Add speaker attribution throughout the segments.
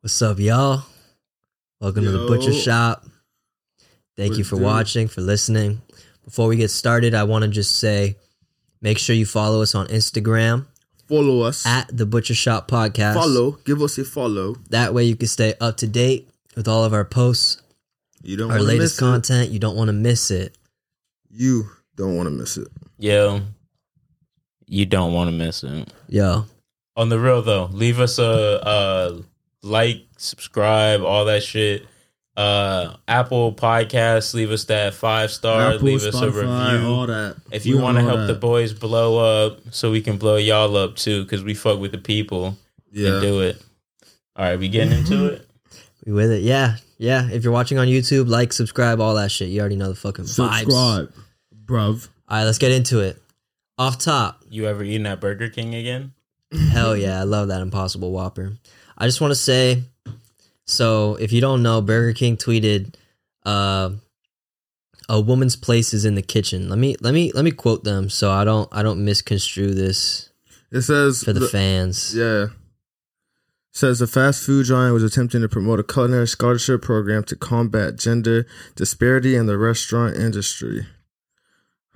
Speaker 1: What's up, y'all? Welcome to the Butcher
Speaker 2: Yo.
Speaker 1: Shop. Thank you
Speaker 2: What
Speaker 1: for
Speaker 2: do?
Speaker 1: watching, for listening. Before we get started, I want to just say make sure you follow us on Instagram
Speaker 2: Follow us.
Speaker 1: at the Butcher Shop Podcast.
Speaker 2: follow. Give us a follow.
Speaker 1: That way you can stay up to date with all of our posts,
Speaker 2: You don't
Speaker 1: our
Speaker 2: wanna
Speaker 1: latest
Speaker 2: miss
Speaker 1: content. You don't want to miss it.
Speaker 2: It. You don't want to miss it.
Speaker 3: Yo, you don't want to miss it.
Speaker 1: Yo,
Speaker 3: On the real though, leave us a, a like, subscribe, all that shit. Uh, Apple Podcasts, leave us that five star, leave us a review.
Speaker 2: all that.
Speaker 3: if
Speaker 2: We
Speaker 3: you
Speaker 2: on
Speaker 3: want to
Speaker 2: all
Speaker 3: help the
Speaker 2: that.
Speaker 3: boys blow up, so we can blow y'all up too, because we fuck with the people
Speaker 2: yeah,
Speaker 3: and do it. All right, we getting into it.
Speaker 1: we with it. Yeah, yeah. If you're watching on YouTube, like, subscribe, all that shit. You already know the fucking vibes.
Speaker 2: subscribe, bruv.
Speaker 1: All right, let's get into it. Off top,
Speaker 3: You ever eating at Burger King again?
Speaker 1: Hell yeah, I love that Impossible Whopper. I just want to say, so if you don't know, Burger King tweeted, uh, "A woman's place is in the kitchen." Let me let me let me quote them so I don't I don't misconstrue this
Speaker 2: It says
Speaker 1: for the,
Speaker 2: the-
Speaker 1: fans.
Speaker 2: Yeah. Says the fast food giant was attempting to promote a culinary scholarship program to combat gender disparity in the restaurant industry.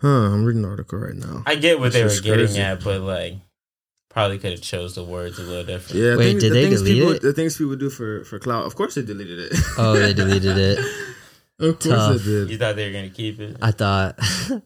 Speaker 2: Huh, I'm reading an article right now.
Speaker 3: I get what
Speaker 2: That
Speaker 3: they were
Speaker 2: shit's
Speaker 3: getting
Speaker 2: crazy.
Speaker 3: at, but like, probably could have chose the words a little different.
Speaker 2: Yeah, I
Speaker 1: Wait,
Speaker 2: think
Speaker 1: did
Speaker 2: the
Speaker 1: they
Speaker 2: things
Speaker 1: delete
Speaker 2: people,
Speaker 1: it?
Speaker 2: The things people do for for clout. Of course, they deleted it.
Speaker 1: Oh, they deleted it.
Speaker 2: of course,
Speaker 1: Tough.
Speaker 2: they
Speaker 3: You
Speaker 2: did.
Speaker 3: thought they were gonna keep it.
Speaker 1: I thought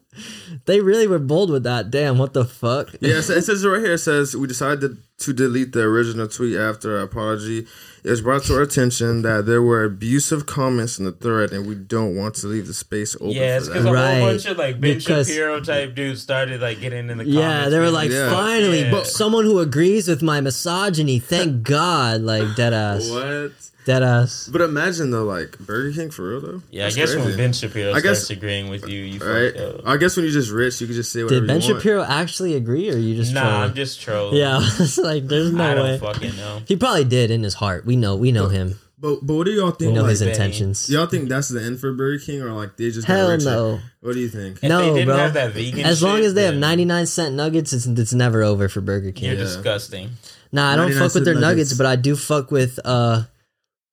Speaker 1: they really were bold with that. Damn, what the fuck?
Speaker 2: Yeah, it says- it says right here. It says we decided to delete the original tweet after our apology. It was brought to our attention that there were abusive comments in the thread, and we don't want to leave the space open.
Speaker 3: Yeah,
Speaker 2: for
Speaker 3: it's
Speaker 2: that.
Speaker 3: because a
Speaker 1: Right.
Speaker 3: whole bunch of like Ben
Speaker 1: Because-
Speaker 3: Shapiro type dudes started like getting in the comments.
Speaker 1: Yeah, they were
Speaker 3: being
Speaker 1: like,
Speaker 2: Yeah.
Speaker 1: finally,
Speaker 3: Yeah.
Speaker 1: someone who agrees with my misogyny. Thank God, like dead ass,
Speaker 2: What?
Speaker 1: dead ass.
Speaker 2: But imagine though, like Burger King for real though.
Speaker 3: yeah, I
Speaker 2: That's
Speaker 3: guess when
Speaker 2: crazy.
Speaker 3: Ben Shapiro
Speaker 2: I guess-
Speaker 3: starts agreeing with you, you fucked
Speaker 2: Right.
Speaker 3: up.
Speaker 2: I guess when you're just rich, you can just say whatever
Speaker 1: Did Ben
Speaker 2: you want.
Speaker 1: Shapiro actually agree, or you just
Speaker 3: nah,
Speaker 1: trolling?
Speaker 3: I'm just trolling.
Speaker 1: Yeah, it's like there's
Speaker 3: I
Speaker 1: no
Speaker 3: don't
Speaker 1: way.
Speaker 3: fucking know.
Speaker 1: He probably did in his heart. We know, we know him.
Speaker 2: But but what do y'all think?
Speaker 1: We know
Speaker 2: like,
Speaker 1: his
Speaker 3: Benny.
Speaker 1: intentions.
Speaker 2: do y'all think that's the end for Burger King, or like they just got
Speaker 1: Hell
Speaker 2: richer?
Speaker 1: no.
Speaker 2: What do you think?
Speaker 3: If
Speaker 1: No,
Speaker 3: they didn't
Speaker 1: bro.
Speaker 3: have that vegan
Speaker 1: As long
Speaker 3: shit,
Speaker 1: as they have
Speaker 3: then
Speaker 1: 99 cent nuggets, it's it's never over for Burger
Speaker 3: You're
Speaker 1: King.
Speaker 2: Yeah.
Speaker 3: disgusting.
Speaker 1: Nah, I don't
Speaker 2: 99
Speaker 1: fuck with their
Speaker 2: cent
Speaker 1: nuggets,
Speaker 2: nuggets.
Speaker 1: but I do fuck with uh,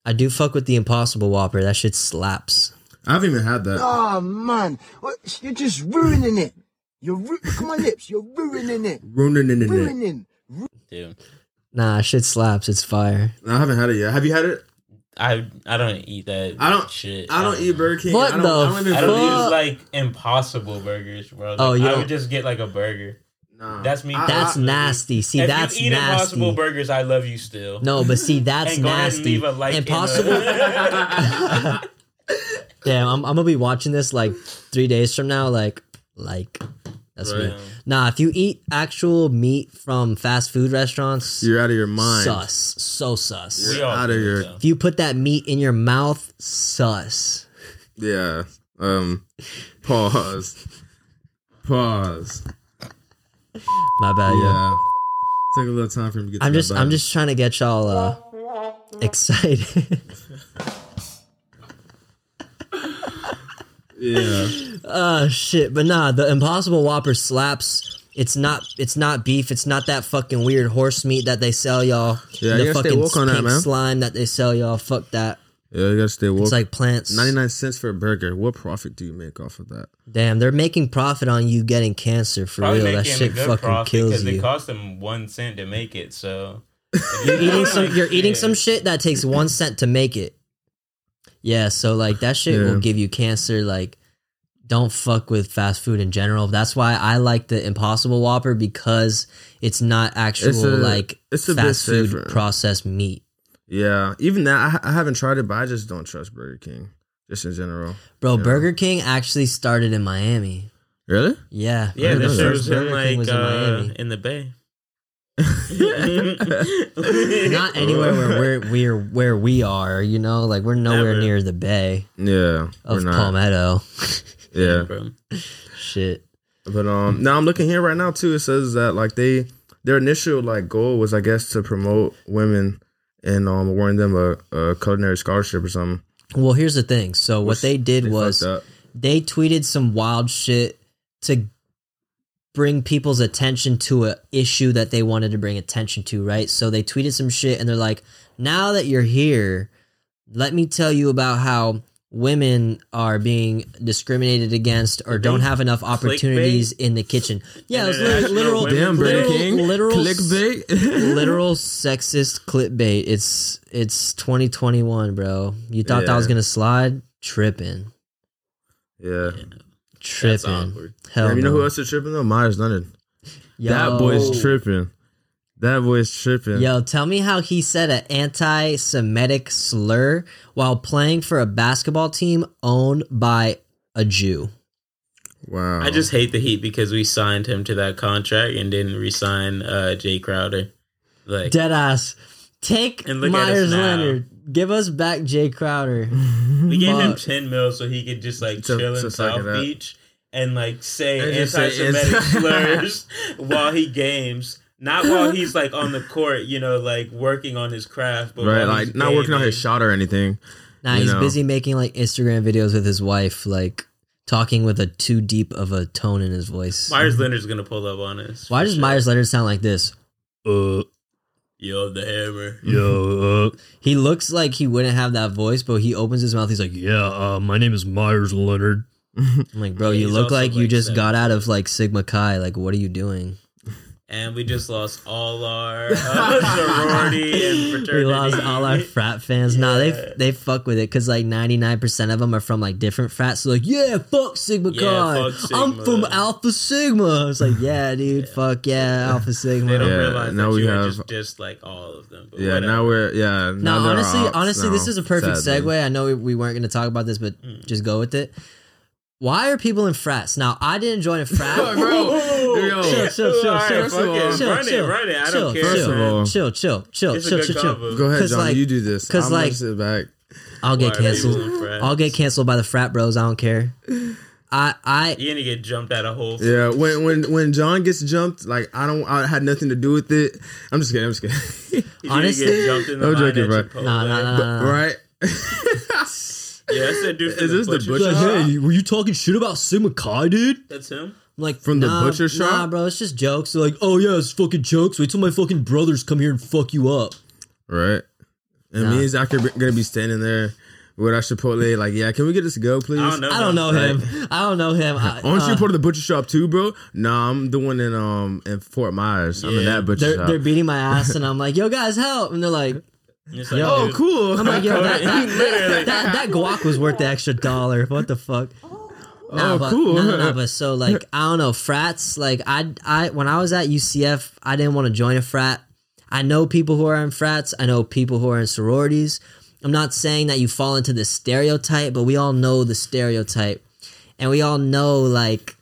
Speaker 1: I do fuck with the Impossible Whopper. That shit slaps.
Speaker 2: I haven't even had that.
Speaker 4: Oh man, What- you're just ruining it. You're ru- look at my lips. You're ruining it.
Speaker 2: Ruining it.
Speaker 4: Ruining.
Speaker 3: Dude.
Speaker 1: Nah, shit slaps. It's fire.
Speaker 2: I haven't had it yet. Have you had it?
Speaker 3: I I don't eat that
Speaker 2: I don't-
Speaker 3: shit. um,
Speaker 2: I don't eat Burger King.
Speaker 1: What
Speaker 2: I don't,
Speaker 1: the
Speaker 2: I don't even
Speaker 3: I don't
Speaker 1: Fuck.
Speaker 3: use like impossible burgers, bro. Like,
Speaker 1: Oh, you
Speaker 3: I
Speaker 1: don't-
Speaker 3: would just get like a burger.
Speaker 2: Nah.
Speaker 3: That's me.
Speaker 2: I-
Speaker 1: That's
Speaker 2: I-
Speaker 3: not-
Speaker 1: nasty. See,
Speaker 3: if
Speaker 1: that's
Speaker 3: you eat impossible
Speaker 1: nasty.
Speaker 3: burgers, I love you still.
Speaker 1: No, but see, that's
Speaker 3: and go ahead and
Speaker 1: nasty.
Speaker 3: leave a like. in the-
Speaker 1: Impossible. Damn, I'm, I'm gonna be watching this like three days from now. Like, like, that's
Speaker 2: Right.
Speaker 1: me. Nah, if you eat actual meat from fast food restaurants,
Speaker 2: You're out of your mind.
Speaker 1: sus, so sus.
Speaker 2: Yeah.
Speaker 3: all
Speaker 2: Outta
Speaker 3: do
Speaker 2: here.
Speaker 3: though.
Speaker 1: If you put that meat in your mouth, sus.
Speaker 2: Yeah. Um. Pause. Pause.
Speaker 1: My bad. Yeah.
Speaker 2: Yeah. Took a little time for him to get.
Speaker 1: I'm
Speaker 2: to that
Speaker 1: just, I'm
Speaker 2: button.
Speaker 1: just trying to get y'all uh, excited.
Speaker 2: Yeah.
Speaker 1: Oh shit, but nah, the Impossible Whopper slaps. It's not it's not beef, it's not that fucking weird horse meat that they sell y'all.
Speaker 2: Yeah,
Speaker 1: And
Speaker 2: you
Speaker 1: the
Speaker 2: gotta stay
Speaker 1: fucking
Speaker 2: woke on that,
Speaker 1: pink
Speaker 2: man.
Speaker 1: slime that they sell y'all. Fuck that.
Speaker 2: Yeah. You gotta stay woke.
Speaker 1: It's like plants.
Speaker 2: 99 cents for a burger. What profit do you make off of that?
Speaker 1: Damn, they're making profit on you getting cancer for
Speaker 3: Probably
Speaker 1: real. That
Speaker 3: making
Speaker 1: shit
Speaker 3: a good
Speaker 1: fucking
Speaker 3: profit
Speaker 1: kills
Speaker 3: because it
Speaker 1: you.
Speaker 3: cost them one cent to make it. So
Speaker 1: You're eating some you're eating
Speaker 3: Yeah.
Speaker 1: some shit that takes 1 cent to make it. Yeah, so like that shit
Speaker 2: Yeah.
Speaker 1: will give you cancer like don't fuck with fast food in general. That's why I like the Impossible Whopper because it's not actual
Speaker 2: It's a-
Speaker 1: like
Speaker 2: it's a bit
Speaker 1: fast food
Speaker 2: safer.
Speaker 1: processed meat.
Speaker 2: Yeah, even that I, I haven't tried it, but I just don't trust Burger King just in general.
Speaker 1: Bro,
Speaker 2: Yeah.
Speaker 1: Burger King actually started in Miami.
Speaker 2: Really?
Speaker 1: Yeah.
Speaker 3: yeah,
Speaker 2: Yeah,
Speaker 3: this
Speaker 2: that's
Speaker 3: shit
Speaker 1: Burger King
Speaker 2: right.
Speaker 3: was in like
Speaker 1: was in
Speaker 3: uh,
Speaker 1: Miami.
Speaker 3: in the Bay.
Speaker 1: Not anywhere where we're, we're where we are, you know, like we're nowhere
Speaker 3: Never.
Speaker 1: near the bay
Speaker 2: Yeah,
Speaker 1: of
Speaker 2: we're not.
Speaker 1: Palmetto.
Speaker 2: Yeah,
Speaker 3: bro.
Speaker 1: Shit.
Speaker 2: but um, now I'm looking here right now too. It says that like they their initial like goal was I guess to promote women and um awarding them a, a culinary scholarship or something.
Speaker 1: Well, here's the thing. So what
Speaker 2: Which
Speaker 1: they did
Speaker 2: They
Speaker 1: was
Speaker 2: fucked up.
Speaker 1: they tweeted some wild shit to bring people's attention to a issue that they wanted to bring attention to, right? So they tweeted some shit and they're like, "Now that you're here, let me tell you about how women are being discriminated against or don't have enough opportunities in the kitchen." Yeah, it was literally
Speaker 3: International
Speaker 1: literal
Speaker 3: women
Speaker 2: Damn, Burger
Speaker 1: literal,
Speaker 2: King.
Speaker 1: literal
Speaker 2: Clickbait.
Speaker 1: literal sexist clickbait. It's it's 2021, bro. You thought that was
Speaker 2: Yeah.
Speaker 1: going to slide? Tripping.
Speaker 2: yeah.
Speaker 3: That's
Speaker 1: Tripping.
Speaker 3: awkward.
Speaker 1: Hell
Speaker 2: Damn, you know
Speaker 1: no.
Speaker 2: who else is tripping though? Myers Leonard. That
Speaker 1: Yo.
Speaker 2: boy's tripping. That boy's tripping.
Speaker 1: Yo, tell me how he said an anti Semitic slur while playing for a basketball team owned by a Jew.
Speaker 2: Wow.
Speaker 3: I just hate the Heat because we signed him to that contract and didn't re-sign uh, Jay Crowder. Like,
Speaker 1: Deadass. Take
Speaker 3: And look at us
Speaker 1: Myers
Speaker 3: now.
Speaker 1: Leonard. Give us back Jay Crowder.
Speaker 3: we gave him
Speaker 1: Fuck.
Speaker 3: ten mil so he could just like
Speaker 2: To-
Speaker 3: chill in
Speaker 2: to suck
Speaker 3: South
Speaker 2: it up.
Speaker 3: Beach and like say
Speaker 2: And just say
Speaker 3: anti-Semitic
Speaker 2: it's-
Speaker 3: slurs while he games. Not while he's like on the court, you know, like working on his craft, but
Speaker 2: right,
Speaker 3: while
Speaker 2: like
Speaker 3: he's
Speaker 2: not working on his
Speaker 3: gaming.
Speaker 2: shot or anything.
Speaker 1: Nah,
Speaker 2: You
Speaker 1: he's
Speaker 2: know.
Speaker 1: busy making like Instagram videos with his wife, like talking with a too deep of a tone in his voice.
Speaker 3: Myers Leonard's gonna pull up on us.
Speaker 1: Why
Speaker 3: for
Speaker 1: does
Speaker 3: sure.
Speaker 1: Myers Leonard sound like this?
Speaker 3: Uh, yo, the hammer.
Speaker 5: Yeah, uh,
Speaker 1: He looks like he wouldn't have that voice, but he opens his mouth. He's like,
Speaker 5: yeah. Uh, my name is Myers Leonard.
Speaker 1: I'm like, bro,
Speaker 3: Yeah,
Speaker 1: you
Speaker 3: he's
Speaker 1: look
Speaker 3: also,
Speaker 1: like you
Speaker 3: like,
Speaker 1: just
Speaker 3: seven.
Speaker 1: got out of like Sigma Chi. Like, what are you doing?
Speaker 3: And we just lost all our uh, sorority and fraternity.
Speaker 1: We lost all our frat fans. Nah,
Speaker 3: Yeah.
Speaker 1: they they fuck with it because like ninety nine percent of them are from like different frats. So like, yeah, fuck Sigma
Speaker 3: Yeah,
Speaker 1: Chi.
Speaker 3: fuck
Speaker 1: I'm
Speaker 3: Sigma.
Speaker 1: from Alpha Sigma. It's like, yeah, dude, fuck yeah, Alpha
Speaker 3: They don't
Speaker 1: Sigma.
Speaker 2: Yeah,
Speaker 3: realize
Speaker 2: now
Speaker 3: that
Speaker 2: we
Speaker 3: you
Speaker 2: have-
Speaker 3: are just, just like all of them. But
Speaker 2: Yeah,
Speaker 3: whatever.
Speaker 2: now we're yeah.
Speaker 1: No,
Speaker 2: Now they're
Speaker 1: honestly,
Speaker 2: our ops
Speaker 1: honestly,
Speaker 2: now,
Speaker 1: this is a perfect
Speaker 2: sadly.
Speaker 1: segue. I know we, we weren't going to talk about this, but
Speaker 3: Mm.
Speaker 1: just go with it. Why are people in frats? Now, I didn't join a frat.
Speaker 2: Bro,
Speaker 1: Chill,
Speaker 2: yo,
Speaker 1: chill, chill,
Speaker 3: All right,
Speaker 1: chill,
Speaker 3: fuck
Speaker 2: chill,
Speaker 3: it.
Speaker 1: chill,
Speaker 3: Run
Speaker 1: chill,
Speaker 3: it, run it. I
Speaker 1: chill,
Speaker 3: don't care.
Speaker 2: First of
Speaker 3: man.
Speaker 2: all,
Speaker 1: chill, chill, chill,
Speaker 3: it's a
Speaker 1: chill,
Speaker 3: good
Speaker 1: chill, chill.
Speaker 3: combo.
Speaker 2: go ahead,
Speaker 1: 'Cause,
Speaker 2: John.
Speaker 1: like-
Speaker 2: you do this.
Speaker 1: 'cause,
Speaker 2: I'm gonna
Speaker 1: like-
Speaker 2: sit back.
Speaker 1: I'll
Speaker 3: Why
Speaker 1: get
Speaker 3: are they
Speaker 1: canceled.
Speaker 3: using frats?
Speaker 1: I'll get canceled by the frat bros. I don't care. I I
Speaker 3: You gonna get jumped out of hole.
Speaker 2: Yeah, when when when John gets jumped, like I don't, I had nothing to do with it. I'm just kidding. I'm just kidding.
Speaker 3: You gonna
Speaker 1: honestly-
Speaker 3: get jumped in the
Speaker 2: I'm
Speaker 3: line
Speaker 2: joking,
Speaker 3: at
Speaker 2: bro.
Speaker 3: Chipotle.
Speaker 1: nah nah nah. nah, nah.
Speaker 2: right?
Speaker 3: Yeah, that's that dude from
Speaker 2: Is
Speaker 3: the
Speaker 2: this the
Speaker 3: butcher
Speaker 2: butcher?
Speaker 3: shop.
Speaker 2: Hey,
Speaker 1: were you talking shit about Sigma Chi, dude?
Speaker 3: That's him.
Speaker 1: I'm like
Speaker 2: From the
Speaker 1: nah,
Speaker 2: butcher shop?
Speaker 1: Nah, bro, it's just jokes. They're like, oh yeah, it's fucking jokes. Wait till my fucking brothers come here and fuck you up.
Speaker 2: Right. And
Speaker 1: Nah.
Speaker 2: me and Zach are b- gonna be standing there with our Chipotle. Like, yeah, can we get this to go, please?
Speaker 3: I don't know.
Speaker 1: I don't know
Speaker 2: Right.
Speaker 1: him. I don't know him. I,
Speaker 2: Aren't you
Speaker 1: uh,
Speaker 2: part of the butcher shop too, bro? Nah, I'm the one in um in Fort Myers. I'm in
Speaker 3: Yeah.
Speaker 2: that butcher
Speaker 1: they're,
Speaker 2: shop.
Speaker 1: they're beating my ass, and I'm like, yo guys, help! And they're like,
Speaker 3: It's like,
Speaker 1: Yo.
Speaker 2: oh,
Speaker 3: dude,
Speaker 2: cool.
Speaker 1: I'm like, yo, that, that,
Speaker 3: Literally.
Speaker 1: that, that guac was worth the extra dollar. What the fuck? Nah,
Speaker 2: Oh,
Speaker 1: but,
Speaker 2: cool.
Speaker 1: No, no, no, but so like I don't know frats. Like I, I when I was at UCF, I didn't want to join a frat. I know people who are in frats. I know people who are in sororities. I'm not saying that you fall into the stereotype, but we all know the stereotype, and we all know like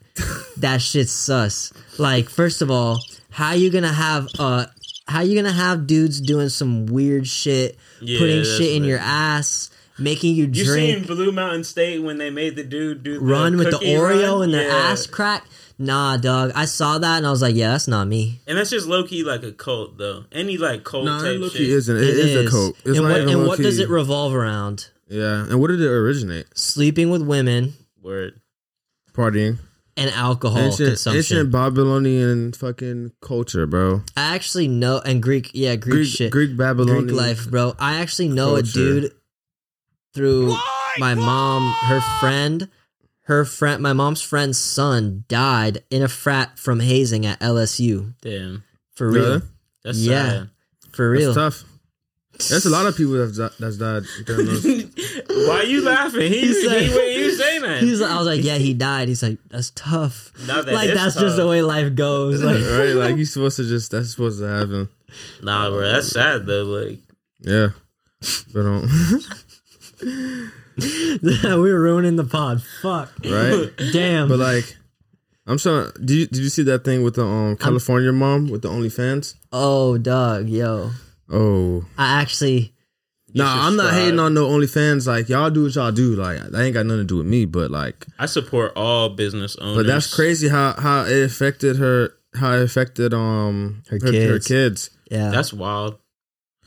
Speaker 1: that shit's sus. Like, first of all, how you gonna have uh how you gonna have dudes doing some weird shit,
Speaker 3: Yeah,
Speaker 1: putting
Speaker 3: that's
Speaker 1: shit in your
Speaker 3: weird.
Speaker 1: ass, making you
Speaker 3: You seen
Speaker 1: drink,
Speaker 3: Blue Mountain State when they made the dude do the
Speaker 1: run with the
Speaker 3: cookie
Speaker 1: Oreo
Speaker 3: run?
Speaker 1: in their
Speaker 3: Yeah.
Speaker 1: ass crack? Nah, dog. I saw that and I was like, yeah, that's not me.
Speaker 3: And that's just low key like a cult though. Any like cult
Speaker 2: Nah,
Speaker 3: type
Speaker 2: look,
Speaker 3: shit.
Speaker 2: it isn't. It, is, a coke. It's
Speaker 1: and
Speaker 2: not
Speaker 1: what,
Speaker 2: even
Speaker 1: and
Speaker 2: low
Speaker 1: what does
Speaker 2: key.
Speaker 1: it revolve around?
Speaker 2: Yeah, and what did it originate?
Speaker 1: Sleeping with women
Speaker 3: Word.
Speaker 2: Partying.
Speaker 1: and alcohol
Speaker 2: Ancient,
Speaker 1: consumption.
Speaker 2: ancient Babylonian fucking culture, bro.
Speaker 1: I actually know and Greek, yeah, Greek,
Speaker 2: Greek,
Speaker 1: shit.
Speaker 2: Greek Babylonian.
Speaker 1: Greek life, bro. I actually know a
Speaker 2: Culture.
Speaker 1: dude through my mom, her friend, her friend, my mom's friend's son died in a frat from hazing at LSU.
Speaker 3: Damn.
Speaker 1: For
Speaker 2: Really?
Speaker 1: real,
Speaker 3: That's
Speaker 1: Yeah.
Speaker 3: sad.
Speaker 1: for real.
Speaker 2: That's tough. That's a lot of people that's di- that's died. During those.
Speaker 3: Why you laughing? He, he,
Speaker 1: said-
Speaker 3: wait, he was saying that.
Speaker 1: He's, I was like, yeah, he died. He's like, that's tough.
Speaker 3: Now that
Speaker 1: like
Speaker 3: is
Speaker 1: that's just
Speaker 3: tough.
Speaker 1: the way life goes. Like,
Speaker 2: right, like you're supposed to just that's supposed to happen.
Speaker 3: Nah, bro, that's sad though. Like,
Speaker 2: Yeah, but um,
Speaker 1: we're ruining the pod. Fuck.
Speaker 2: right.
Speaker 1: Damn.
Speaker 2: But like, I'm trying. Did you did you see that thing with the um California mom with the OnlyFans?
Speaker 1: oh, dog, yo.
Speaker 2: Oh,
Speaker 1: I actually.
Speaker 2: nah, I'm not
Speaker 3: subscribe.
Speaker 2: hating on no OnlyFans. Like y'all do what y'all do. Like that ain't got nothing to do with me. But like,
Speaker 3: I support all business owners.
Speaker 2: but that's crazy how how it affected her. How it affected um
Speaker 1: Her
Speaker 2: her
Speaker 1: kids.
Speaker 2: kids.
Speaker 1: Yeah.
Speaker 3: That's wild.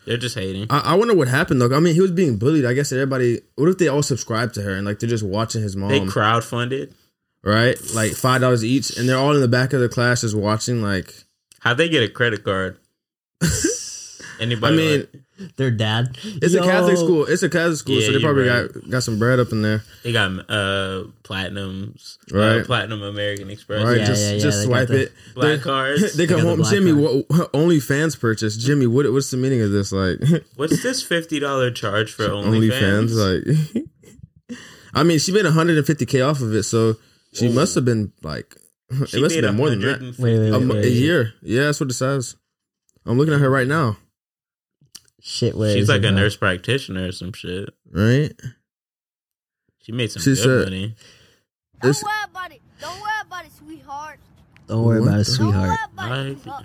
Speaker 3: They're just hating.
Speaker 2: I, I wonder what happened though. I mean, he was Um, being bullied. I guess everybody. What if they all subscribed to her and like they're just watching his mom?
Speaker 3: they crowdfunded.
Speaker 2: right? Like five dollars each, and they're all in the back of the class just watching. Like,
Speaker 3: How'd they get a credit card? Anybody?
Speaker 2: I mean,
Speaker 3: like-
Speaker 1: Their dad.
Speaker 2: it's a Catholic
Speaker 1: Yo.
Speaker 2: school. It's a Catholic school, so
Speaker 3: Yeah,
Speaker 2: they
Speaker 3: you're
Speaker 2: probably
Speaker 3: right.
Speaker 2: got got some bread up in there,
Speaker 3: They got uh platinums, uh,
Speaker 2: Right.
Speaker 3: platinum American Express,
Speaker 2: right?
Speaker 1: Yeah,
Speaker 2: just
Speaker 1: yeah, yeah,
Speaker 2: just
Speaker 1: they got
Speaker 2: swipe
Speaker 1: the
Speaker 2: it. they,
Speaker 3: black cards.
Speaker 2: they come
Speaker 1: got the
Speaker 2: home,
Speaker 1: black
Speaker 2: Jimmy.
Speaker 1: card.
Speaker 2: What only fans purchase, Jimmy? What what's the meaning of this? Like
Speaker 3: What's this fifty dollar charge for
Speaker 2: only
Speaker 3: OnlyFans?
Speaker 2: fans, like. I mean, she made 150k off of it, so she must have been like,
Speaker 3: she
Speaker 2: it must have
Speaker 3: made
Speaker 2: been more than that.
Speaker 3: 150
Speaker 1: Wait, wait,
Speaker 2: A,
Speaker 1: wait,
Speaker 2: mo-
Speaker 1: wait.
Speaker 2: a year. Yeah, that's what it says. I'm looking at her right now.
Speaker 1: Shit, where
Speaker 3: She's
Speaker 1: is
Speaker 3: like
Speaker 1: it
Speaker 3: a
Speaker 1: now?
Speaker 3: nurse practitioner or some shit.
Speaker 2: Right?
Speaker 3: She made some
Speaker 2: She
Speaker 3: good
Speaker 2: said-
Speaker 3: money.
Speaker 2: It's-
Speaker 6: Don't worry about it. Don't worry about it, sweetheart.
Speaker 1: Don't worry
Speaker 2: What
Speaker 1: about it,
Speaker 2: the-
Speaker 6: Don't worry
Speaker 1: sweetheart.
Speaker 6: about it.
Speaker 3: Like-
Speaker 6: sweetheart.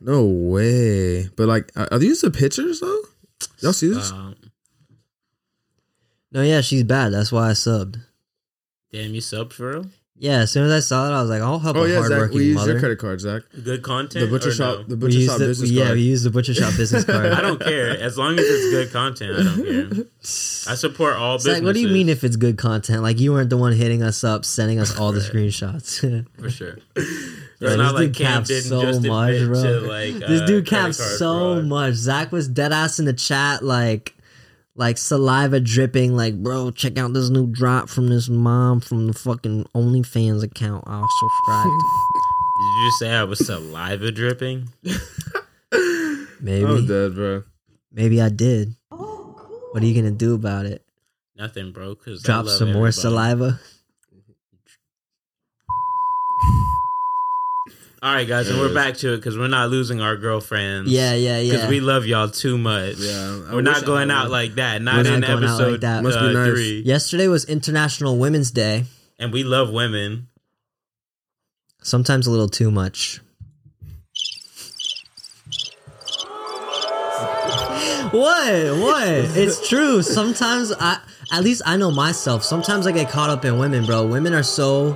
Speaker 2: No way. But like, are are these the pictures though? Y'all see this?
Speaker 3: Um,
Speaker 1: No, yeah, she's bad. That's why I subbed.
Speaker 3: damn, you subbed for real?
Speaker 1: Yeah, as soon as I saw it, I was like, I'll help
Speaker 2: oh
Speaker 1: a
Speaker 2: yeah, Zach.
Speaker 1: hardworking
Speaker 2: We used
Speaker 1: mother.
Speaker 2: your credit card, Zach.
Speaker 3: Good content.
Speaker 2: The butcher
Speaker 3: or
Speaker 2: shop.
Speaker 3: no?
Speaker 2: The
Speaker 1: We
Speaker 2: butcher
Speaker 1: used
Speaker 2: shop
Speaker 1: the-
Speaker 2: business
Speaker 1: yeah,
Speaker 2: card.
Speaker 1: we used the butcher shop business card.
Speaker 3: I don't care as long as it's good content. I don't care. I support all
Speaker 1: It's
Speaker 3: businesses.
Speaker 1: like, what do you mean if it's good content? Like, you weren't the one hitting us up, sending us all the screenshots.
Speaker 3: for sure?
Speaker 1: Bro,
Speaker 3: It's
Speaker 1: this
Speaker 3: not like
Speaker 1: dude
Speaker 3: Cam
Speaker 1: capped
Speaker 3: didn't
Speaker 1: so
Speaker 3: just
Speaker 1: much,
Speaker 3: admit
Speaker 1: bro.
Speaker 3: to like
Speaker 1: this
Speaker 3: uh,
Speaker 1: dude
Speaker 3: credit
Speaker 1: capped
Speaker 3: card
Speaker 1: so
Speaker 3: fraud.
Speaker 1: much. Zach was dead ass in the chat, like, like saliva dripping. Like, bro, check out this new drop from this mom from the fucking OnlyFans account. I'll subscribe. to."
Speaker 3: Did you just say I was saliva dripping?
Speaker 1: Maybe,
Speaker 3: Oh,
Speaker 2: I'm dead, bro.
Speaker 1: maybe I did. What are you gonna do about it?
Speaker 3: Nothing, bro. Cause I
Speaker 1: Drop
Speaker 3: love
Speaker 1: some more
Speaker 3: everybody.
Speaker 1: saliva.
Speaker 3: All right, guys, and we're back to it because we're not losing our girlfriends.
Speaker 1: Yeah, yeah,
Speaker 3: because
Speaker 1: yeah.
Speaker 3: we love y'all too much.
Speaker 2: Yeah, I
Speaker 3: we're
Speaker 2: wish
Speaker 3: not
Speaker 2: I
Speaker 3: going
Speaker 2: had
Speaker 3: out
Speaker 2: one.
Speaker 3: like that.
Speaker 1: We're
Speaker 3: Not
Speaker 1: not
Speaker 3: in
Speaker 1: going out
Speaker 3: episode
Speaker 1: like that.
Speaker 2: Must be
Speaker 3: uh,
Speaker 2: nice.
Speaker 3: three.
Speaker 1: Yesterday was International Women's Day.
Speaker 3: And we love women.
Speaker 1: Sometimes a little too much. what? What? It's true. Sometimes I, at least I know myself. Sometimes I get caught up in women, bro. Women are so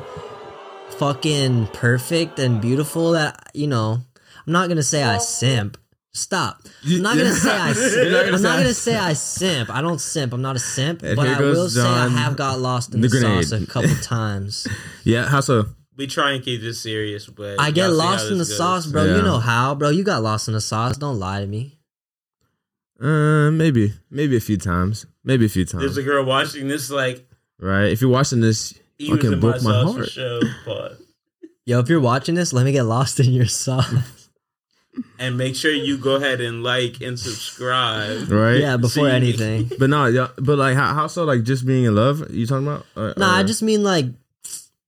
Speaker 1: fucking perfect and beautiful that you know. I'm not gonna say I simp. Stop. I'm not gonna say I. Simp.
Speaker 2: You're not gonna
Speaker 1: I'm
Speaker 2: say
Speaker 1: not
Speaker 2: I
Speaker 1: gonna say I simp. I don't simp. I'm not a simp.
Speaker 2: And
Speaker 1: but
Speaker 2: here
Speaker 1: I
Speaker 2: goes
Speaker 1: will
Speaker 2: John
Speaker 1: say I have got lost in
Speaker 2: the
Speaker 1: the, sauce
Speaker 2: grenade.
Speaker 1: a couple times.
Speaker 2: Yeah, how so?
Speaker 3: We try and keep this serious, but
Speaker 1: I get
Speaker 3: y'all see how
Speaker 1: lost in the
Speaker 3: this goes.
Speaker 1: sauce, bro.
Speaker 2: Yeah.
Speaker 1: You know how, bro. You got lost in the sauce. Don't lie to me.
Speaker 2: Uh, maybe, maybe a few times, maybe a few
Speaker 3: There's
Speaker 2: times.
Speaker 3: a girl watching this, like
Speaker 2: right? If you're watching this, you
Speaker 3: using
Speaker 2: can book my
Speaker 3: sauce for
Speaker 2: heart.
Speaker 3: show, but
Speaker 1: Yo, if you're watching this, let me get lost in your sauce.
Speaker 3: and make sure you go ahead and like and subscribe.
Speaker 2: Right?
Speaker 1: yeah, before
Speaker 3: see.
Speaker 1: anything.
Speaker 2: But no, yeah, but like, how, how so? Like, just being in love? You talking about? Or-
Speaker 1: Nah, I
Speaker 2: or-
Speaker 1: just mean like,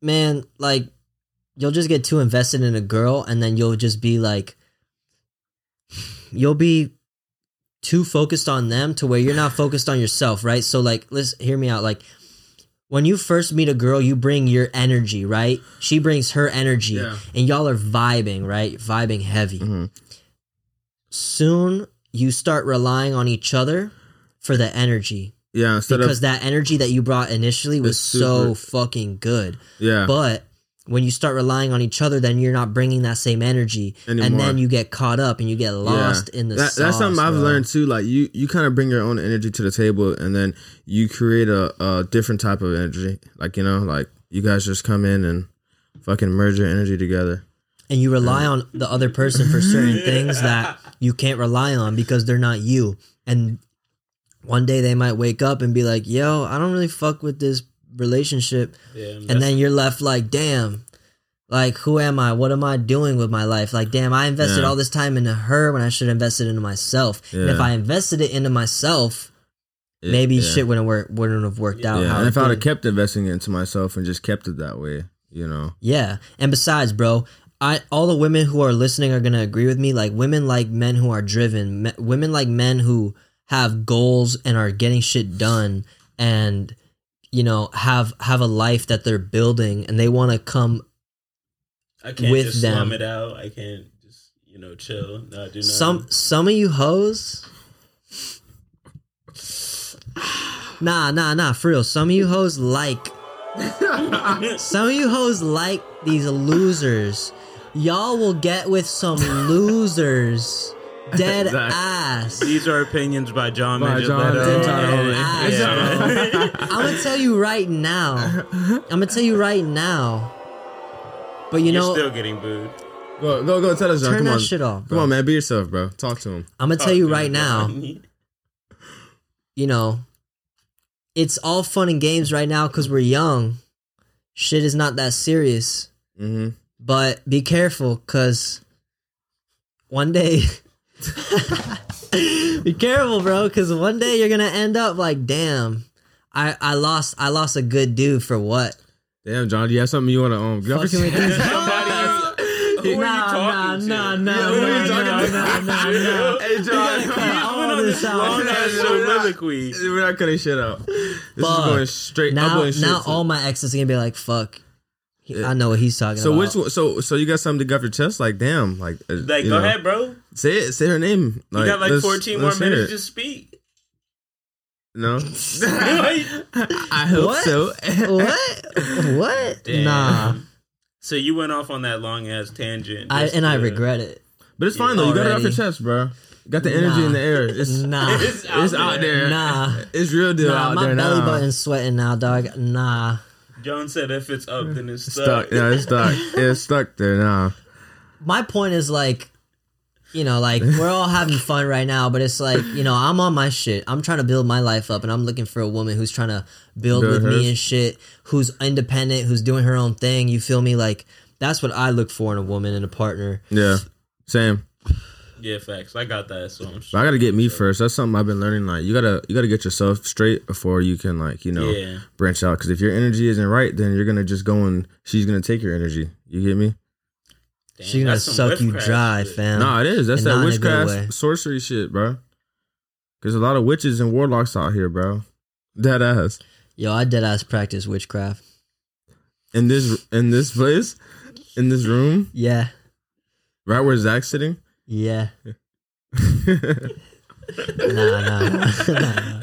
Speaker 1: man, like you'll just get too invested in a girl, and then you'll just be like, you'll be too focused on them to where you're not focused on yourself, right? So like, let's hear me out. Like, when you first meet a girl, you bring your energy, right? She brings her energy,
Speaker 2: Yeah.
Speaker 1: and y'all are vibing, right? Vibing heavy.
Speaker 2: Mhm.
Speaker 1: Soon you start relying on each other for the energy
Speaker 2: yeah. Instead
Speaker 1: because
Speaker 2: of
Speaker 1: that energy that you brought initially was
Speaker 2: It's
Speaker 1: so
Speaker 2: super-
Speaker 1: fucking good.
Speaker 2: yeah,
Speaker 1: But when you start relying on each other, then you're not bringing that same energy, and
Speaker 2: Anymore.
Speaker 1: then you get caught up and you get lost
Speaker 2: Yeah.
Speaker 1: in the.
Speaker 2: That- that's
Speaker 1: sauce,
Speaker 2: something I've
Speaker 1: bro.
Speaker 2: learned too. Like you, you kind of bring your own energy to the table, and then you create a, a different type of energy. Like you know, like you guys just come in and fucking merge your energy together.
Speaker 1: and you rely on the other person for certain things that you can't rely on because they're not you. And one day they might wake up and be like, "Yo, I don't really fuck with this relationship,"
Speaker 3: Yeah,
Speaker 1: and then you're left like, "Damn." Like, who am I? What am I doing with my life? Like, damn, I invested
Speaker 2: Yeah.
Speaker 1: all this time into her when I should have invested into myself. And if
Speaker 2: Yeah.
Speaker 1: I invested it into myself,
Speaker 2: It-
Speaker 1: maybe
Speaker 2: yeah.
Speaker 1: shit wouldn't work wouldn't have worked out
Speaker 2: Yeah,
Speaker 1: how
Speaker 2: and
Speaker 1: it
Speaker 2: if I'd have
Speaker 1: did.
Speaker 2: kept investing it into myself and just kept it that way, you know.
Speaker 1: yeah and besides bro I, all the women who are listening are gonna agree with me like women like men who are driven me, women like men who have goals and are getting shit done and you know have have a life that they're building and they want to come
Speaker 3: I can't
Speaker 1: with
Speaker 3: just
Speaker 1: them.
Speaker 3: slum it out. I can't just you know chill. No, I do not.
Speaker 1: some some of you hoes nah nah nah for real some of you hoes like some of you hoes like these losers y'all will get with some losers Dead
Speaker 2: Exactly.
Speaker 1: ass.
Speaker 3: These are opinions by John
Speaker 2: By
Speaker 3: Major
Speaker 2: John
Speaker 3: Leto.
Speaker 2: Major
Speaker 3: and-
Speaker 1: Leto.
Speaker 3: Yeah.
Speaker 1: I'm gonna tell you right now. I'm gonna tell you right now. But you
Speaker 3: You're
Speaker 1: know,
Speaker 3: still getting booed.
Speaker 2: Go, go, go. Tell us, John.
Speaker 1: turn
Speaker 2: Come
Speaker 1: that
Speaker 2: on.
Speaker 1: shit off, bro.
Speaker 2: Come on, man. Be yourself, bro. Talk to him.
Speaker 1: I'm gonna tell you right now. You know, it's all fun and games right now because we're young. Shit is not that serious,
Speaker 2: Mm-hmm.
Speaker 1: but be careful because one day. be careful, bro, because one day you're gonna end up like, damn, I I lost I lost a good dude for what?
Speaker 2: Damn, John. Do you have something you want to um? get off
Speaker 1: Fucking
Speaker 2: your-
Speaker 1: with these
Speaker 3: Somebody, who are you talking to?
Speaker 1: Nah, nah, nah,
Speaker 2: Yeah, who are you
Speaker 1: nah,
Speaker 2: talking
Speaker 1: nah,
Speaker 2: to?
Speaker 1: nah, nah, nah.
Speaker 2: Hey, John.
Speaker 1: Cut all this out.
Speaker 3: Long ass soliloquy.
Speaker 2: We're not cutting shit out. This
Speaker 1: Fuck.
Speaker 2: is going straight. I'm
Speaker 1: Now,
Speaker 2: going straight
Speaker 1: now
Speaker 2: to-
Speaker 1: all my exes are gonna be like, "Fuck." He- I know what he's talking
Speaker 2: So
Speaker 1: about.
Speaker 2: which one? So so you got something to go off your chest? Like damn, like uh,
Speaker 3: Like,
Speaker 2: you
Speaker 3: go
Speaker 2: know.
Speaker 3: ahead, bro.
Speaker 2: Say it. Say her name.
Speaker 3: You got like
Speaker 2: let's-
Speaker 3: 14 more
Speaker 2: let's hear
Speaker 3: minutes
Speaker 2: it.
Speaker 3: to speak.
Speaker 2: No. I hope
Speaker 1: What?
Speaker 2: so.
Speaker 1: What? What?
Speaker 3: Damn.
Speaker 1: Nah.
Speaker 3: So you went off on that long ass tangent.
Speaker 1: I
Speaker 3: just
Speaker 1: and I
Speaker 3: to-
Speaker 1: regret it.
Speaker 2: But it's fine though. You got it off your
Speaker 1: Already.
Speaker 2: chest, bro. Got the energy
Speaker 1: Nah.
Speaker 2: in the air. It's
Speaker 1: Nah.
Speaker 3: It's out,
Speaker 2: it's out
Speaker 3: there.
Speaker 2: there.
Speaker 1: Nah.
Speaker 2: It's real deal
Speaker 1: Nah,
Speaker 2: out
Speaker 1: my
Speaker 2: there
Speaker 1: belly
Speaker 2: now.
Speaker 1: button's sweating now, dog. Nah.
Speaker 3: John said if it's up, then it's stuck.
Speaker 2: Stuck. Yeah, it's stuck. it's stuck there now.
Speaker 1: My point is like, you know, like we're all having fun right now, but it's like, you know, I'm on my shit. I'm trying to build my life up and I'm looking for a woman who's trying to build
Speaker 2: Build
Speaker 1: with
Speaker 2: hers.
Speaker 1: me and shit, who's independent, who's doing her own thing. You feel me? Like that's what I look for in a woman and a partner.
Speaker 2: Yeah. Same.
Speaker 3: Yeah, facts. I got that. So I'm
Speaker 2: But I gotta get me first. That's something I've been learning. Like you gotta you gotta get yourself straight before you can like you know
Speaker 3: Yeah.
Speaker 2: branch out. Because if your energy isn't right, then you're gonna just go and she's gonna take your energy. You get me?
Speaker 3: Damn,
Speaker 1: She's gonna
Speaker 3: that's some
Speaker 1: suck you
Speaker 3: witchcraft
Speaker 1: dry,
Speaker 3: shit.
Speaker 1: fam.
Speaker 2: Nah, it is. That's
Speaker 1: And
Speaker 2: that
Speaker 1: not in a good way.
Speaker 2: witchcraft sorcery shit, bro. There's a lot of witches and warlocks out here, bro. Dead ass.
Speaker 1: Yo, I dead ass practice witchcraft.
Speaker 2: In this in this place, in this room,
Speaker 1: Yeah.
Speaker 2: right where Zach's sitting.
Speaker 1: Yeah. Nah, nah. nah.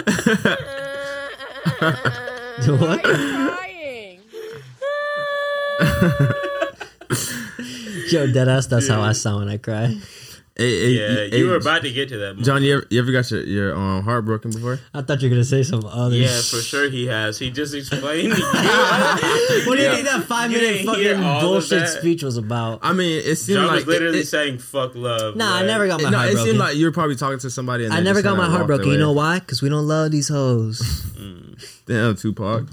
Speaker 6: Why
Speaker 1: What?
Speaker 6: are you crying?
Speaker 1: Yo, dead ass, that's how I sound when I cry.
Speaker 2: Hey,
Speaker 3: Yeah,
Speaker 2: hey,
Speaker 3: you were
Speaker 2: hey,
Speaker 3: about to get to that. moment.
Speaker 2: John, you ever, you ever got your, your um, heart broken before?
Speaker 1: I thought you were gonna say some other
Speaker 3: Yeah,
Speaker 1: shit.
Speaker 3: for sure he has. He just explained. it.
Speaker 1: What do you
Speaker 3: Yeah.
Speaker 1: think that five
Speaker 3: You
Speaker 1: minute
Speaker 3: didn't hear
Speaker 1: fucking
Speaker 3: all of
Speaker 1: bullshit
Speaker 3: that.
Speaker 1: speech was about?
Speaker 2: I mean, it seemed
Speaker 3: John
Speaker 2: like
Speaker 3: was literally
Speaker 2: it, it,
Speaker 3: saying "fuck love."
Speaker 1: nah, I
Speaker 3: like-
Speaker 1: never got my
Speaker 2: no,
Speaker 1: heart
Speaker 2: it
Speaker 1: broken.
Speaker 2: seemed like you were probably talking to somebody. And
Speaker 1: I
Speaker 2: they
Speaker 1: never
Speaker 2: just
Speaker 1: got
Speaker 2: kinda
Speaker 1: my heart
Speaker 2: walked
Speaker 1: broken. You
Speaker 2: away.
Speaker 1: know why? Because we don't love these hoes.
Speaker 2: Damn, Tupac.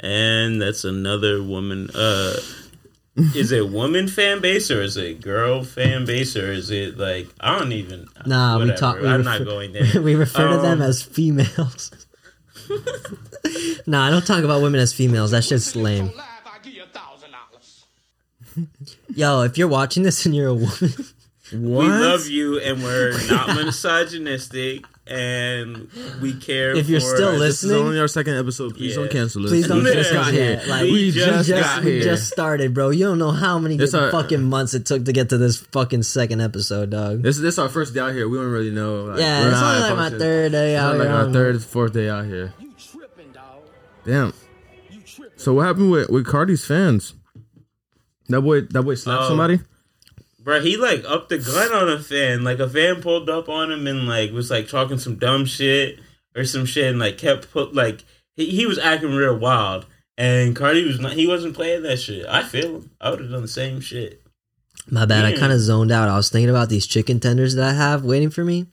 Speaker 3: And that's another woman. Uh, is it woman fan base or is it girl fan base or is it like I don't even.
Speaker 1: Nah, we
Speaker 3: whatever.
Speaker 1: talk. We
Speaker 3: I'm
Speaker 1: refer-
Speaker 3: not going there.
Speaker 1: we refer to them
Speaker 3: Um,
Speaker 1: as females. nah, I don't talk about women as females. That shit's lame. Yo, if you're watching this and you're a woman,
Speaker 3: We
Speaker 2: What?
Speaker 3: love you, and we're not misogynistic, and we care.
Speaker 1: If you're
Speaker 3: for-
Speaker 1: still
Speaker 2: This is
Speaker 1: listening?
Speaker 2: only our second episode. Please
Speaker 3: Yeah.
Speaker 2: don't cancel us.
Speaker 1: please don't
Speaker 3: We
Speaker 1: just
Speaker 3: just
Speaker 1: got
Speaker 3: got
Speaker 1: here.
Speaker 3: here.
Speaker 1: Like
Speaker 3: We
Speaker 1: we
Speaker 3: just
Speaker 1: just,
Speaker 2: got
Speaker 1: we
Speaker 2: here.
Speaker 1: just started, bro. You don't know how many
Speaker 2: It's our-
Speaker 1: fucking months it took to get to this fucking second episode, dog.
Speaker 2: This this our first day out here. We don't really know. Like,
Speaker 1: Yeah,
Speaker 2: we're
Speaker 1: it's
Speaker 2: not
Speaker 1: only like my
Speaker 2: functioning.
Speaker 1: third day
Speaker 2: It's not
Speaker 1: out
Speaker 2: like
Speaker 1: here.
Speaker 2: our third, fourth day out here.
Speaker 7: You tripping, dog.
Speaker 2: Damn.
Speaker 7: You tripping.
Speaker 2: So what happened with with Cardi's fans? That boy, that boy slapped
Speaker 3: Oh.
Speaker 2: somebody.
Speaker 3: Bro, he like upped the gun on a fan. Like a fan pulled up on him and like was like talking some dumb shit or some shit and like kept put like he, he was acting real wild. And Cardi was not he wasn't playing that shit. I feel him. I would have done the same shit.
Speaker 1: My bad. I
Speaker 3: Yeah.
Speaker 1: kind of zoned out. I was thinking about these chicken tenders that I have waiting for me.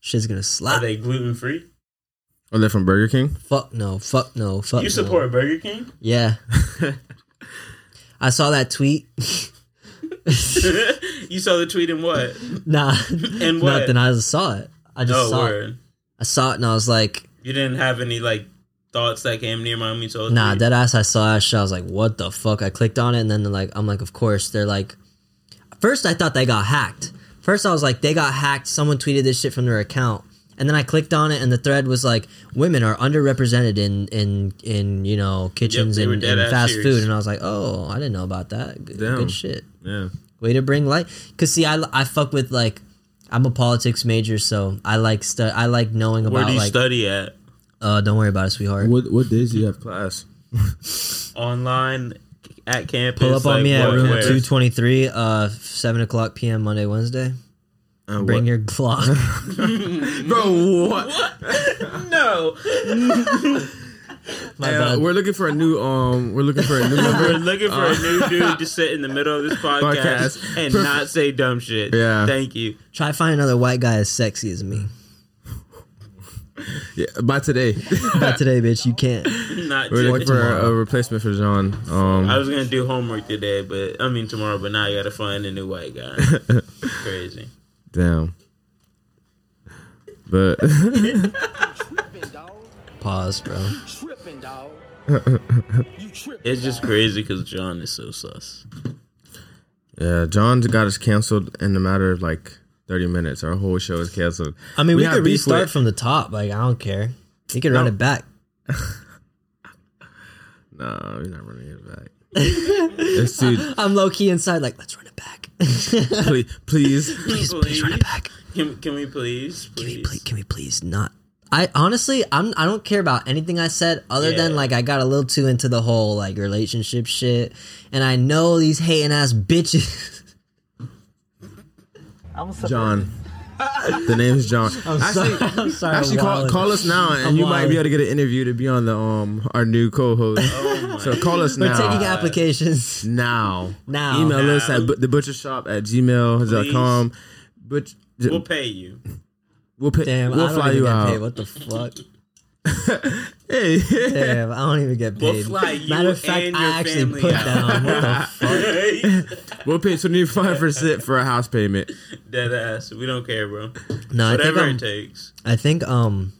Speaker 1: Shit's gonna
Speaker 3: Are
Speaker 1: slap.
Speaker 3: they gluten free?
Speaker 2: Or they from Burger King?
Speaker 1: Fuck no. Fuck no. Fuck.
Speaker 3: You
Speaker 1: no.
Speaker 3: support Burger King?
Speaker 1: Yeah. I saw that tweet.
Speaker 3: you saw the tweet and what?
Speaker 1: Nah.
Speaker 3: And what?
Speaker 1: Nothing. I just saw it. I just
Speaker 3: No
Speaker 1: saw it.
Speaker 3: word.
Speaker 1: I saw it and I was like,
Speaker 3: You didn't have any like thoughts that came near my me so
Speaker 1: nah, dead ass. I saw that shit. I was like, what the fuck? I clicked on it and then they're like, I'm like, of course. They're like, first I thought they got hacked. First I was like, they got hacked. Someone tweeted this shit from their account. And then I clicked on it and the thread was like, women are underrepresented in, in, in you know, kitchens
Speaker 3: they were
Speaker 1: and,
Speaker 3: dead
Speaker 1: and
Speaker 3: ass
Speaker 1: fast
Speaker 3: serious.
Speaker 1: food. And I was like, oh, I didn't know about that. Good,
Speaker 2: Damn.
Speaker 1: good shit.
Speaker 2: Yeah.
Speaker 1: Way to bring light. Cause see, I, I fuck with like, I'm a politics major, so I like stu- I like knowing
Speaker 3: Where
Speaker 1: about
Speaker 3: do you
Speaker 1: like.
Speaker 3: study at?
Speaker 1: uh, don't worry about it, sweetheart.
Speaker 2: What what days do you have class?
Speaker 3: Online at campus.
Speaker 1: Pull up on
Speaker 3: like,
Speaker 1: me at
Speaker 3: what,
Speaker 1: room
Speaker 3: where?
Speaker 1: two twenty three, uh, seven o'clock p.m. Monday, Wednesday.
Speaker 2: Uh,
Speaker 1: Bring
Speaker 2: what-
Speaker 1: your Glock.
Speaker 2: bro. What?
Speaker 3: No.
Speaker 1: My
Speaker 2: Uh,
Speaker 1: bad.
Speaker 2: we're looking for a new um. We're looking for a new member.
Speaker 3: We're looking for a new
Speaker 1: Uh.
Speaker 3: dude to sit in the middle of this podcast,
Speaker 2: Podcast.
Speaker 3: and
Speaker 2: Perf-
Speaker 3: not say dumb shit.
Speaker 2: Yeah.
Speaker 3: Thank you.
Speaker 1: Try to find another white guy as sexy as me.
Speaker 2: yeah, by today,
Speaker 1: Not today, bitch. You can't.
Speaker 3: Not
Speaker 2: we're looking
Speaker 3: today.
Speaker 2: for a replacement for John.
Speaker 3: I
Speaker 2: Um,
Speaker 3: was gonna do homework today, but I mean tomorrow. But now I gotta find a new white guy. Crazy.
Speaker 2: damn. But
Speaker 4: Tripping, dog.
Speaker 1: Pause, bro.
Speaker 4: Tripping, dog. you tripping.
Speaker 3: It's just crazy because John is so sus.
Speaker 2: yeah, John's got us canceled in a matter of like thirty minutes. Our whole show is canceled.
Speaker 1: I mean, we,
Speaker 2: had
Speaker 1: could
Speaker 2: beef
Speaker 1: restart
Speaker 2: with-
Speaker 1: from the top. Like, I don't care. You could run it back.
Speaker 2: Nah, we're not running it back. This dude,
Speaker 1: I'm low key inside, like, let's run it back.
Speaker 2: please, please.
Speaker 1: please, please run it back.
Speaker 3: Can, can we please?
Speaker 1: Can we,
Speaker 3: please?
Speaker 1: please, can we please not? I honestly, I'm I don't care about anything I said other than
Speaker 3: Yeah.
Speaker 1: like I got a little too into the whole like relationship shit, and I know these hating ass bitches.
Speaker 4: I'm so
Speaker 2: John. The name's John.
Speaker 1: I'm
Speaker 2: Actually,
Speaker 1: sorry, I'm sorry.
Speaker 2: Actually,
Speaker 1: I'm
Speaker 2: call,
Speaker 1: wilding.
Speaker 2: call us now, and you might
Speaker 1: wilding.
Speaker 2: be able to get an interview to be on the um our new co-host.
Speaker 3: Oh
Speaker 2: so call us
Speaker 1: We're
Speaker 2: now.
Speaker 1: taking applications.
Speaker 2: now.
Speaker 1: Now.
Speaker 2: Email us
Speaker 3: Now.
Speaker 2: at bu- thebutchershop at gmail.com. But
Speaker 3: We'll pay you.
Speaker 2: we'll, pay,
Speaker 1: Damn,
Speaker 2: we'll
Speaker 1: I don't
Speaker 2: fly
Speaker 1: even
Speaker 2: you
Speaker 1: get
Speaker 2: out.
Speaker 1: paid. What the fuck?
Speaker 2: hey,
Speaker 1: Damn, I don't even get
Speaker 3: We'll
Speaker 1: paid.
Speaker 3: fly you
Speaker 1: Matter of fact,
Speaker 3: and your
Speaker 1: I actually
Speaker 3: family
Speaker 1: put
Speaker 3: out.
Speaker 1: down. What the fuck?
Speaker 2: we'll pay 25% for a house payment.
Speaker 3: Dead ass. We don't care,
Speaker 1: No, I
Speaker 3: bro.
Speaker 1: think
Speaker 3: Whatever it
Speaker 1: I'm,
Speaker 3: takes.
Speaker 1: I think um,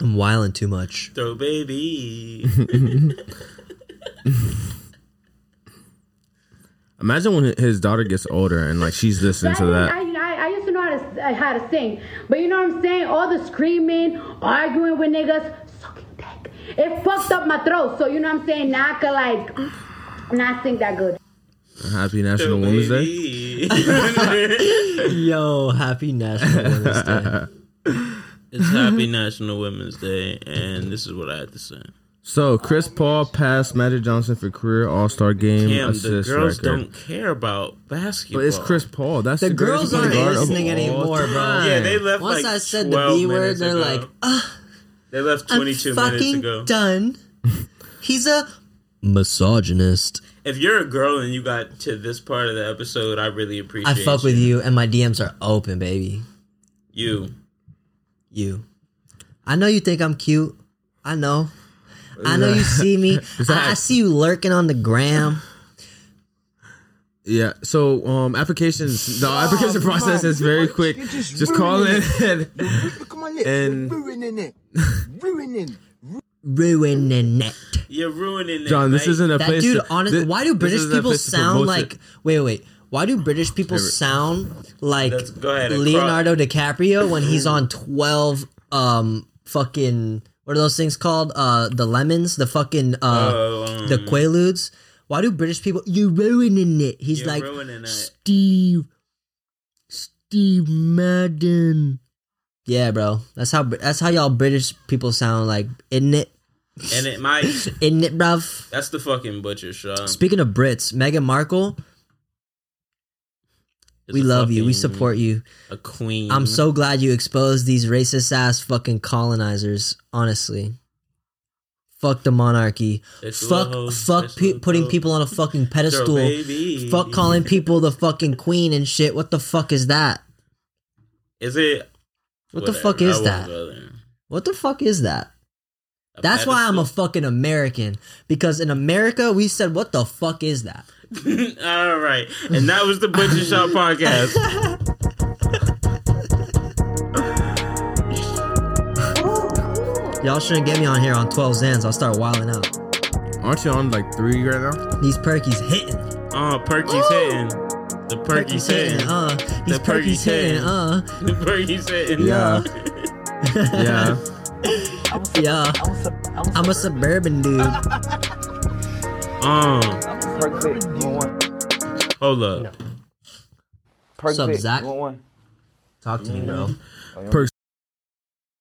Speaker 1: I'm wiling too much.
Speaker 3: Throw baby.
Speaker 2: Imagine when his daughter gets older and like she's listening to
Speaker 8: I,
Speaker 2: that.
Speaker 8: you know, I, I used to know how to, uh, how to sing, but you know what I'm saying? All the screaming, arguing with niggas, sucking dick. It fucked up my throat, so you know what I'm saying? Now I could like not sing that good.
Speaker 2: Happy National
Speaker 3: Throw
Speaker 2: Women's Day.
Speaker 3: baby.
Speaker 1: Yo, happy National Women's Day.
Speaker 3: it's Happy National Women's Day, and this is what I have to say.
Speaker 2: So Chris Paul passed Magic Johnson for career All Star game
Speaker 3: Damn, the
Speaker 2: assist
Speaker 3: girls
Speaker 2: record.
Speaker 3: don't care about basketball.
Speaker 2: But it's Chris Paul. That's
Speaker 1: The
Speaker 2: the, greatest
Speaker 1: girls aren't
Speaker 2: point guard of
Speaker 1: listening
Speaker 2: all
Speaker 1: anymore, bro.
Speaker 2: time.
Speaker 3: Oh, Yeah, they left
Speaker 1: Once
Speaker 3: like
Speaker 1: I said the
Speaker 3: 12
Speaker 1: B word,
Speaker 3: minutes
Speaker 1: they're
Speaker 3: ago.
Speaker 1: like, ah,
Speaker 3: they left
Speaker 1: I'm
Speaker 3: 22 minutes
Speaker 1: fucking
Speaker 3: ago.
Speaker 1: done. He's a misogynist.
Speaker 3: If you're a girl and you got to this part of the episode, I really appreciate.
Speaker 1: I fuck with you, and my DMs are open, baby.
Speaker 3: You,
Speaker 1: You. I know you think I'm cute. I know. I know you see me. I, I see you lurking on the gram.
Speaker 2: Yeah. So um applications the application
Speaker 1: Oh,
Speaker 2: process is very quick.
Speaker 4: You're
Speaker 2: Just,
Speaker 4: just
Speaker 2: call in
Speaker 4: ruining
Speaker 2: and
Speaker 4: Look at my lips.
Speaker 2: And-
Speaker 4: You're ruining it. Ruining. it.
Speaker 1: Ruining it.
Speaker 3: you're ruining it,
Speaker 2: John, this
Speaker 3: mate.
Speaker 2: isn't Mm. a
Speaker 1: That
Speaker 2: place
Speaker 1: dude,
Speaker 2: to-
Speaker 1: honestly,
Speaker 2: thi-
Speaker 1: why do
Speaker 2: this
Speaker 1: British
Speaker 2: isn't a
Speaker 1: people
Speaker 2: place to
Speaker 1: sound
Speaker 2: promote
Speaker 1: like?
Speaker 2: it.
Speaker 1: Wait, wait. Why do British people sound like
Speaker 3: Let's go ahead and
Speaker 1: Leonardo DiCaprio when he's on twelve? Um, fucking what are those things called? Uh, the lemons, the fucking uh,
Speaker 2: Oh,
Speaker 1: the
Speaker 2: um,
Speaker 1: quaaludes. Why do British people? You ruining it. He's
Speaker 3: You're
Speaker 1: like
Speaker 3: ruining it.
Speaker 1: Steve, Steve Madden. Yeah, bro. That's how that's how y'all British people sound like, isn't it?
Speaker 3: and it might.
Speaker 1: Isn't it, bruv?
Speaker 3: That's the fucking butcher shop.
Speaker 1: Speaking of Brits, Meghan Markle, we love you. We support you.
Speaker 3: a queen.
Speaker 1: I'm so glad you exposed these racist ass fucking colonizers, honestly. Fuck the monarchy.
Speaker 3: That's
Speaker 1: fuck
Speaker 3: low,
Speaker 1: fuck
Speaker 3: that's
Speaker 1: pe-
Speaker 3: low.
Speaker 1: putting people on a fucking pedestal.
Speaker 3: baby.
Speaker 1: Fuck calling people the fucking queen and shit. What the fuck is that?
Speaker 3: Is it?
Speaker 1: What the
Speaker 3: whatever,
Speaker 1: fuck
Speaker 3: I
Speaker 1: is
Speaker 3: won't
Speaker 1: that?
Speaker 3: go there.
Speaker 1: What the fuck is that?
Speaker 3: A
Speaker 1: That's why I'm a
Speaker 3: pedestal?
Speaker 1: fucking American because in America we said what the fuck is that?
Speaker 3: All right, and that was the butcher shop podcast.
Speaker 1: Y'all shouldn't get me on here on 12 Zans. I'll start wilding out.
Speaker 2: Aren't you on like three right now?
Speaker 1: These perkies hitting.
Speaker 3: Oh, Perky's hitting. The Perky's hitting.
Speaker 1: Uh, these
Speaker 3: The perky's
Speaker 1: perky's hitting.
Speaker 3: hitting.
Speaker 1: Uh,
Speaker 3: The Perky's hitting.
Speaker 2: Yeah. Yeah.
Speaker 1: yeah.
Speaker 4: I'm so. I'm so.
Speaker 1: I'm a suburban dude.
Speaker 3: Um,
Speaker 4: Percolate. You want one?
Speaker 3: hold up.
Speaker 1: Sup, Zach?
Speaker 4: You want one?
Speaker 1: Talk to me, bro.
Speaker 2: Perks